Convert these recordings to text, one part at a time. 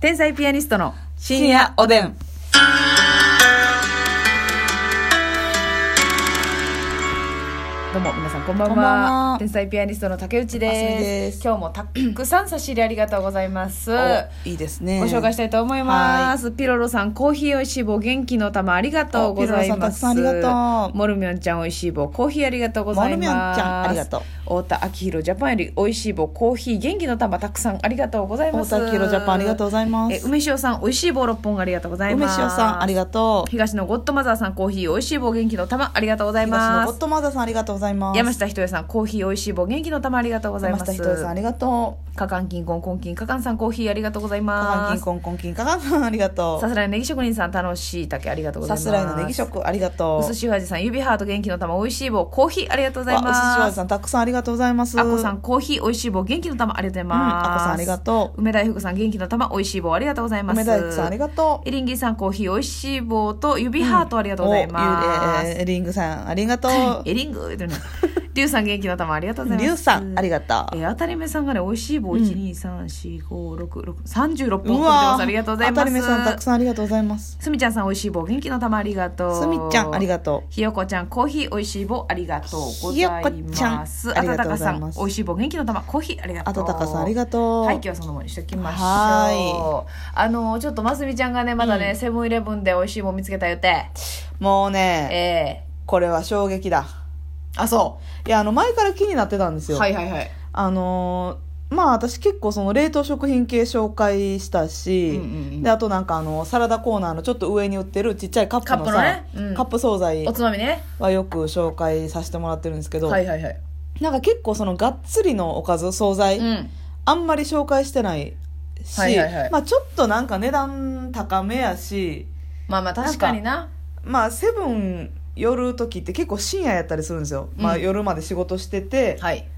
天才ピアニストの深夜おでん。どうも皆さんこんばんはこんばんは天才ピアニストの竹内ますみですです今日もたくさん差し入れありがとうございますおいいですね。ご紹介したいと思います。ピロロさん、コーヒーおいしい棒、元気の玉、ありがとうございおピロロさんたまくす。さんありがとうモルミョンちゃん、おいしい棒、コーヒーありがとうございます。モルミョンちゃんありがとう。太田明宏ジャパンより、おいしい棒、コーヒー、元気の玉、たくさんありがとうございます。太田明宏ジャパンありがとうございますえ梅塩さん、おいしい棒6本ありがとうござい梅ま塩す。さん、ありがとがとうう。東のゴッドマザーさん、コーヒー、おいしい棒、元気の玉、ありがとうござい東のまゴすッ。ドマザーさん、ありがとうございます。山下ひとえさん、コーヒー、おいしい棒、元気の玉、ありがとうございま山下す。ひとりさん、ありがとう。かかんきんこんこんきん、かかんさん、コーヒー、ありがとうございカガンまキンす。コンコンキンカガンさん、ありがとさすらいのネギ職人さん楽しい竹ありがとうう。ございさますすらいのネギ食、ありがとう。うすしお味さん指ハート元気の玉おいしい棒コーヒーありがとうございわうすしわまじすさん、たくさんありがとうございます。あこさんコーヒーおいしい棒元気の玉ありがとうございます、うんあこさんありがと梅大福さん元気の玉おいしい棒ありがとうございます梅大福さん、ありがとう。エリンギさんコーヒーおいしい棒と指ハートありがとうございまおゆえす、ーリングさん、ありがとう。エリングってねリュウさん元気の玉ありがとうございますリュウさん、ありがとうえ。ー、当たり目さんがね、美味しい棒、一二三四五六六三十六本う送ってまわす。ありがとうござい当たます。り目さん、たくさんありがとうございます。すみちゃんさんおいしい棒元気の玉ありがとうすみちゃん、ありがとひよこちゃんコーヒーおいしい棒ありがとうございますひよこちゃんあありたたがとうかごさざいんますおいしい棒元気の玉コーヒーありがう。とあうとたかさん、ありとがとう。はい今日はそのものにしておきましょうはあのちょっとますみちゃんがねまだね、セブンイレブンでおいしい棒見つけたよってもうえね、えこれは衝撃だ。あそいや、あの、前から気になってたんですうよ。はいはいはいあのーまあ私結構その冷凍食品系紹介したし、うんうんうんであとなんかあのサラダコーナーのちょっと上に売ってるちっちゃいカップのカさップのねうんカップ惣菜おつまみねはよく紹介させてもらってるんですけど、はいはいはいなんか結構そのがっつりのおかず惣菜、うんあんまり紹介してないし、はいはいはいまあ、ちょっとなんか値段高めやしまあまあ確かになまあセブン寄る時って結構深夜やったりするんですよ、まあ、うん夜まで仕事してて、はい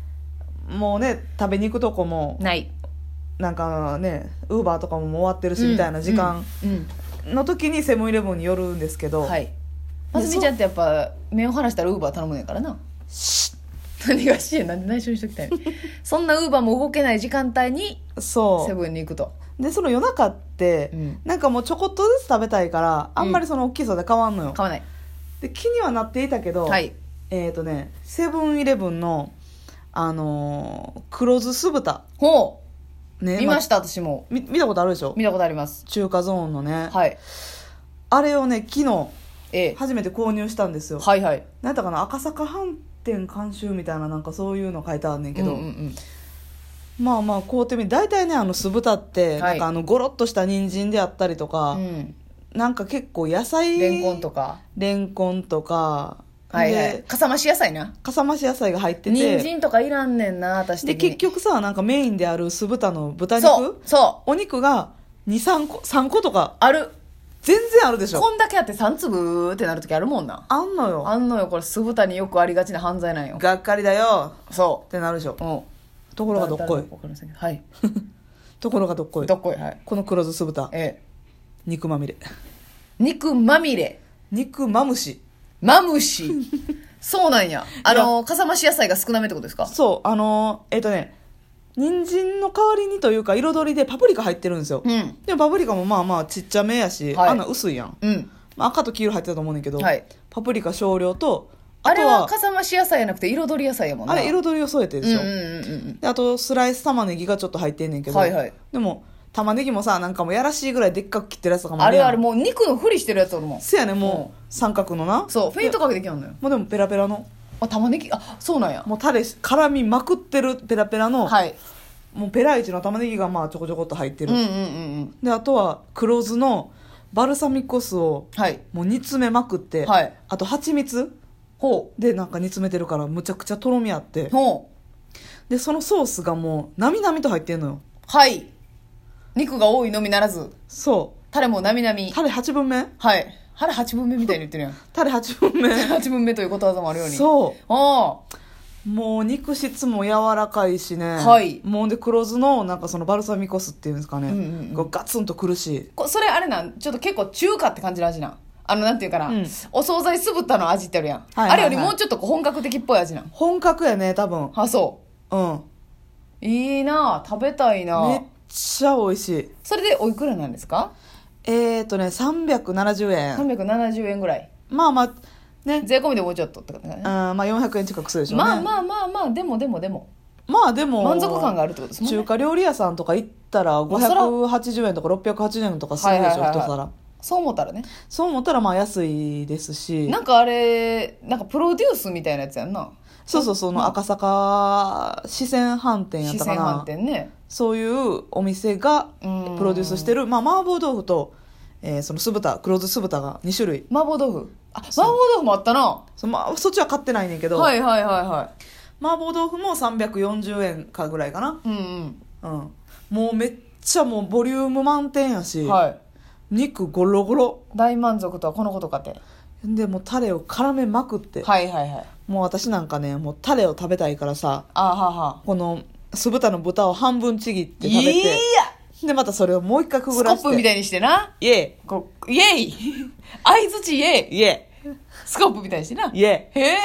もうね食べに行くとこもないなんかねウーバーとかももう終わってるしみたいな時間うん、うんの時にセブンイレブンに寄るんですけど、はいますみちゃんってやっぱ目を離したらウーバー頼むんやからな何がしいなんで内緒にしときたい のそんなウーバーも動けない時間帯にセそブンに行くとうでその夜中って、うんなんかもうちょこっとずつ食べたいからあんまりその大きさで変わんのよ、買わないで気にはなっていたけど、はいえっ、とねセブンイレブンのあのー黒酢酢豚ほうね見ましした私も見見たことあるでしょ見たことあります中華ゾーンのね、はいあれをね昨日ええ初めて購入したんですよ、はいはいなんだかな赤坂飯店監修みたいななんかそういうの書いてあんねんけけど、ど、うんうんまあまあこうてみ大体ねあの酢豚っはていなんかあのゴロっとした人参であったりとか、うんうんなんか結構野菜レンコンとかレンコンとかはいはいでかさ増し野菜なかさ増し野菜が入って人て参とかいらんねんな私で的に結局さなんかメインである酢豚の豚そう肉そうお肉が23個3個とかある全然あるでしょこんだけあって3粒ってなる時あるもんなあんのよあんのよこれ酢豚によくありがちな犯罪なんよがっかりだよそってなるでしょううんところがどっこいわかりませんけどはいところがどっこいどっこいはいこの黒酢酢豚ええ肉まみれ肉まみれ肉まむしマム シそうなんやあのかさ増し野菜が少なめってことですかそうあのーえっ、とね人参の代わりにというか彩りでパプリカ入ってるんですよ、うんでもパプリカもまあまあちっちゃめやし、はいあんな薄いやん、うんまあ、赤と黄色入ってたと思うねんだけど、はいパプリカ少量とあれはとかさ増し野菜じゃなくて彩り野菜やもんなあれ彩りを添えてるでしょ、うんうんうんうんであとスライス玉ねぎがちょっと入ってんねんけど、はいはいでも玉ねぎもさなんかもうやらしいぐらいでっかく切ってるやつとかうんもあれやんあれもう肉のふりしてるやつおるもんせやねもう三角のなそうフェイントかけてきよんのよもうでもペラペラのあ玉ねぎあそうなんやもうタレ絡みまくってるペラペラの、はいもうペライチの玉ねぎがまあちょこちょこっと入ってうんる、うんうんうんであとは黒酢のバルサミコ酢をはいもう煮詰めまくって、はいあと蜂蜜ほでなんか煮詰めてるからむちゃくちゃとろみあってうほうでそのソースがもうなみなみと入ってんのよはい肉が多いのみならずそタレもなみなみうタレ8分目はい腹8分目みたいに言ってるやんタレ8分 目8分目ということわざもあるようにうそああうもう肉質も柔らかいしねはいもうで黒酢のなんかそのバルサミコ酢っていうんですかね、うんうんうんこうガツンと苦しいこそれあれなんちょっと結構中華って感じの味なんあのなんていうかな、うんお惣菜酢豚の味ってあるやん、はいはいはいあれよりもうちょっとこう本格的っぽい味なん本格やね多分あそうんういいなあ食べたいなあめっちゃ美味しいそれでおいくらなんですかえっ、ー、とね370円370円ぐらいまあまあね税込みでもうちょっとってことねあーまあ400円近くするでしょうねまあまあまあまあでもでもでもあまあでも満足感があるってことですもん中ね華料理屋さんとか行ったらまあそら580円とか680円とかするでしょ、はいはいはいはい一皿そう思ったらねそう思ったらまあ安いですしなんかあれなんかプロデュースみたいなやつやんなそうそうその赤坂四川飯店やっ四たか川な飯店ねそういうお店がうんプロデュースしてる、まあ、麻婆豆腐と、えーその酢豚黒酢酢豚が2種類麻婆豆腐あ麻婆豆腐もあったなそ,、まあ、そっちは買ってないねんけど、はいはいはいは麻婆豆腐も340円かぐらいかな、いうんうん、もうめっちゃもうボリューム満点やし、うんはい肉ゴロゴロ大満足とはこのことかってでもうタレを絡めまくって、はいはいはいもう私なんかねもうタレを食べたいからさあははこの酢豚の豚を半分ちぎってい食べていやでまたそれをもう一回くスコぐらッしてプみたいにしてなイエこうイエイ 相づちイエイイイエスコップみたいにしてなイイエへえ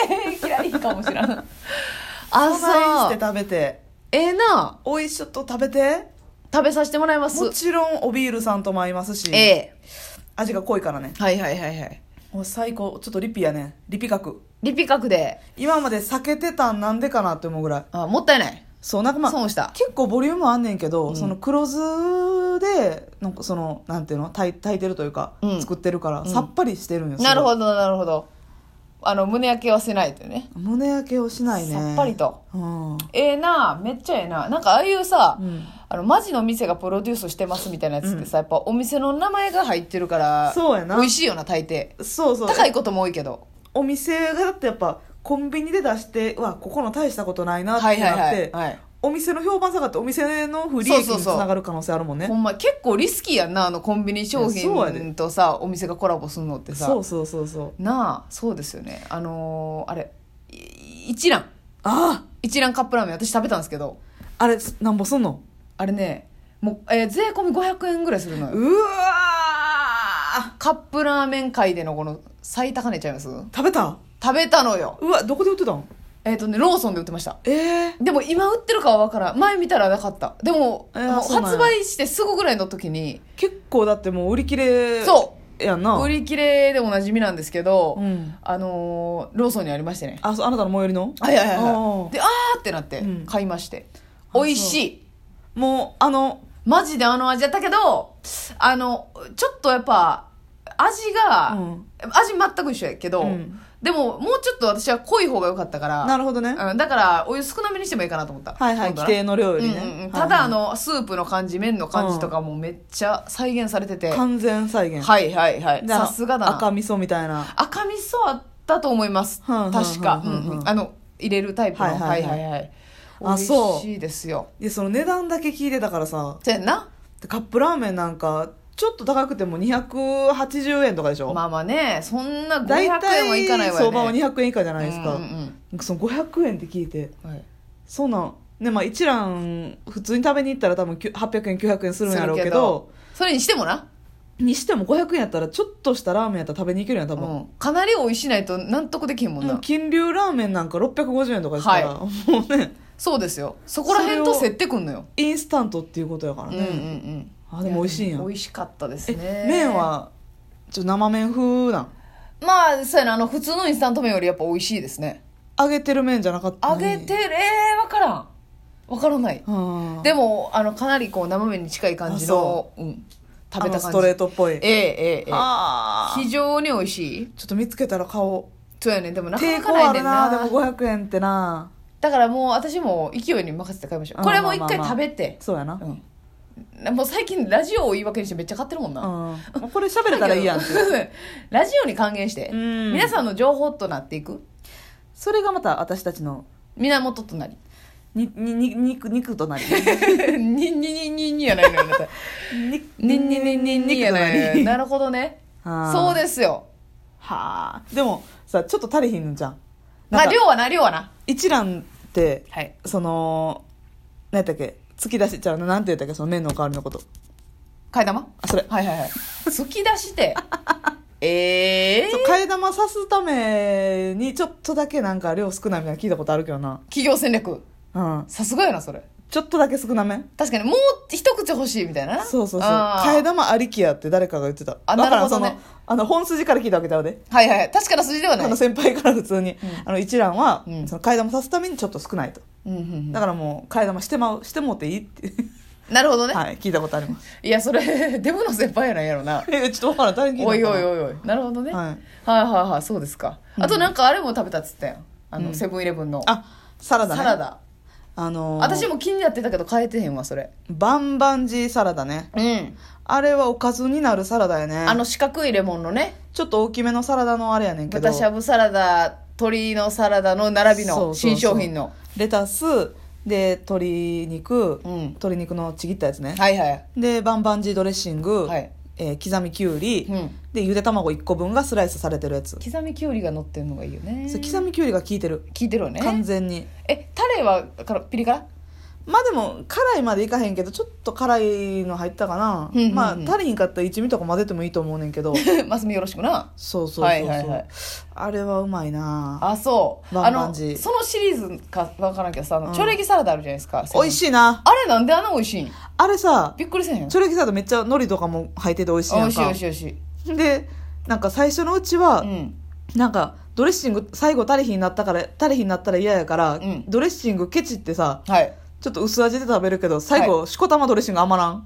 嫌いかもし らんイあしそうて食べてええなおいしょっと食べて食べさせてもらいまもすちろんおビールさんとも合いますし、ええ味が濃いからねはいはいはいはいもう最高ちょっとリピやねリピ格リピ角で今まで避けてたんなんでかなって思うぐらいあもったいないそうなんかまあ損した結構ボリュームあんねんけど、うんその黒酢でなんかそのなんていうの炊い炊いてるというか、うん作ってるから、んさっぱりしてるんよなるどほどなるほどあの胸焼けはせないというね胸焼けをしないねさっぱりとうん、ええなめっちゃええななんかああいうさ、うんあのマジの店がプロデュースしてますみたいなやつってさ、やっぱお店の名前が入ってるからそうやな美味しいよな大抵そうそう高いことも多いけどお店がだってやっぱコンビニで出してうわここの大したことないなってなはっいて、はいはい、はい、お店の評判下がってお店の不利益そうそうにつそうながる可能性あるもんねほんま結構リスキーやんなあのコンビニ商いやそうやで品とさお店がコラボするのってさそうそうそうそうなあそうですよねあのーあれい一蘭あ一蘭カップラーメン私食べたんですけどああれなんぼすんのあれねもう、えー税込み500円ぐらいするのようわーカップラーメン界でのこの最高値ちゃいます食べた食べたのようわどこで売ってたんえっ、とねローソンで売ってましたええでも今売ってるかは分からん前見たらなかったでも,、えーもうそうなんや発売してすぐぐらいの時に結構だってもう売り切れそうやんな売り切れでおなじみなんですけど、うんあのーローソンにありましてねあそうあなたの最寄りのはいはいはいおはーいであーってなってうん買いまして、そう美味しいもうあのマジであの味やったけどあのちょっとやっぱ味が、うん味全く一緒やけど、うんでももうちょっと私は濃い方が良かったからなるほどねうん、だからお湯少なめにしてもいいかなと思ったはいはい今度規な定の量よりね、うんうんうんはいはたいだあのスープの感じ麺の感じとかもめっちゃ再現されてて、完全再現はいはいはいであのさすがだな赤味噌みたいな赤味噌あったと思いますはんはんはん確かはんはうんんうんあの入れるタイプのはいははいいははいいはい美あ味そうしいですよでその値段だけ聞いてたからさそうやんなでカップラーメンなんかちょっと高くても280円とかでしょ、まあまあねそんな500大円はいかない体わよね相場は200円以下じゃないですか、うんうんその500円って聞いてうんはいそうなんねまあ一蘭普通に食べに行ったら多分きゅ800円900円するんやろうけどそれにしてもな、にしても500円やったらちょっとしたラーメンやったら食べに行けるやん多分、うんかなり美味しないと納得できへんもんな、もう金龍ラーメンなんか650円とかですから、もうねそうですよそこら辺と競ってくんのよ、インスタントっていうことやからうんね、うんうんあでも美味しいんや美味しかったですねえ麺はちょっと生麺風なんまあそうやなあの普通のインスタント麺よりやっぱ美味しいですね揚げてる麺じゃなかった揚げてるえー、分からん分からないはあでもあのかなりこう生麺に近い感じのう、ん、食べあたのス感トレーじトっぽいええええええあー非常に美味しいちょっと見つけたら顔そうやねでもなか抵なか抗ないあねるんななでも500円ってなだからもう私も勢いに任せて買いましょううんこれもう一まあ回まあまあ食べて、そうやなうん、うん、もう最近ラジオを言い訳にしてめっちゃ買ってるもんな、これ喋れたらいいやんっていう ラジオに還元してうん皆さんの情報となっていくそれがまた私たちの源となりににに肉肉と なりにににににやないのよあなたににににににやないのよなるほどねはあそうですよはあでもさちょっと足りひんのじゃんまなあんか量はな量はな一蘭ってはいその何やったっけ突き出しちゃうななんて言ったっけその麺の代わりのこと替え玉あそれはいはいはい突き出してええそう替え玉さすためにちょっとだけなんか量少ないみたいなの聞いたことあるけどな企業戦略うんさすがやなそれちょっとだけ少なめ確かにもう一口欲しいみたいななそうそうそうあー替え玉ありきやって誰かが言ってたあだかなるらほそどの,、ねあの本筋から聞いたわけちゃうではいはい確かな数字ではないあの先輩から普通に、あの一蘭は、うんその替え玉さすためにちょっと少ないと、うんうんうんだからもう替え玉してまうしてもうていいってなるほどね、はい聞いたことありますい、やそれデブの先輩やなんやろなえちょっとわからん誰に聞いたおいのかおないおいおいなるほどね、はいはいはいはいそうですか、あとなんかあれも食べたっつったやんあの、うんセブンイレブンのあサラダねサラダあのー、私も気になってたけど変えてへんわそれバンバンジーサラダねうんあれはおかずになるサラダやねあの四角いレモンのねちょっと大きめのサラダのあれやねんけど豚しゃぶサラダ鶏のサラダの並びそうのそうそう新商品のレタスで鶏肉、うん鶏肉のちぎったやつね、はいはいでバンバンジードレッシング、はいえー刻みきゅうり、うんでゆで卵1個分がスライスされてるやつ、刻みきゅうりが乗ってるのがいいよねそれ刻みきゅうりが効いてる聞いてるよね完全にえタレはからピリ辛 まあでも辛いまでいかへんけどちょっと辛いの入ったかな、うんうんうんまあ足りひんかったら一味とか混ぜてもいいと思うねんけどマスミよろしくなそうそうそうそう、はいはいはいあれはうまいなあそうバあンバのンジーそのシリーズか分からんけどさあの、うんチョレギサラダあるじゃないですか美味いしいなあれなんであんな美味しいんあれさびっくりせえへんチョレギサラダめっちゃ海苔とかも入ってて美味しい美やん味しい美か味しい美味しいでなんか最初のうちは、うんなんかドレッシング最後足りひんなったから足りひんなったら嫌やから、んドレッシングケチってさはいちょっと薄味で食べるけど最後、しこたまドレッシング余らん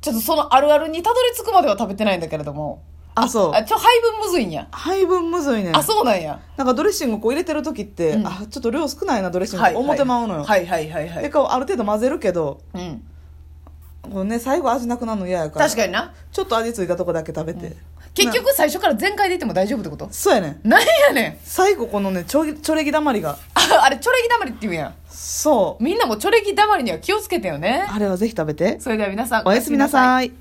ちょっとそのあるあるにたどり着くまでは食べてないんだけれどもあそうあちょ配分むずいんや配分むずいねんあそうなんやなんかドレッシングこう入れてる時って、うんあちょっと量少ないなドレッシング、はいはい思ってまうのよ、はいはいはいはでいこうある程度混ぜるけどうんこう、ね、最後味なくなるの嫌やから確かになちょっと味付いたとこだけ食べて、結局最初から全開でいっても大丈夫ってことそうやねんなんやねん最後このねちょちょれぎだまりがああれチョレギだまりって言うんやそうみんなもチョレギだまりには気をつけてよねあれはぜひ食べてそれでは皆さんおやすみなさい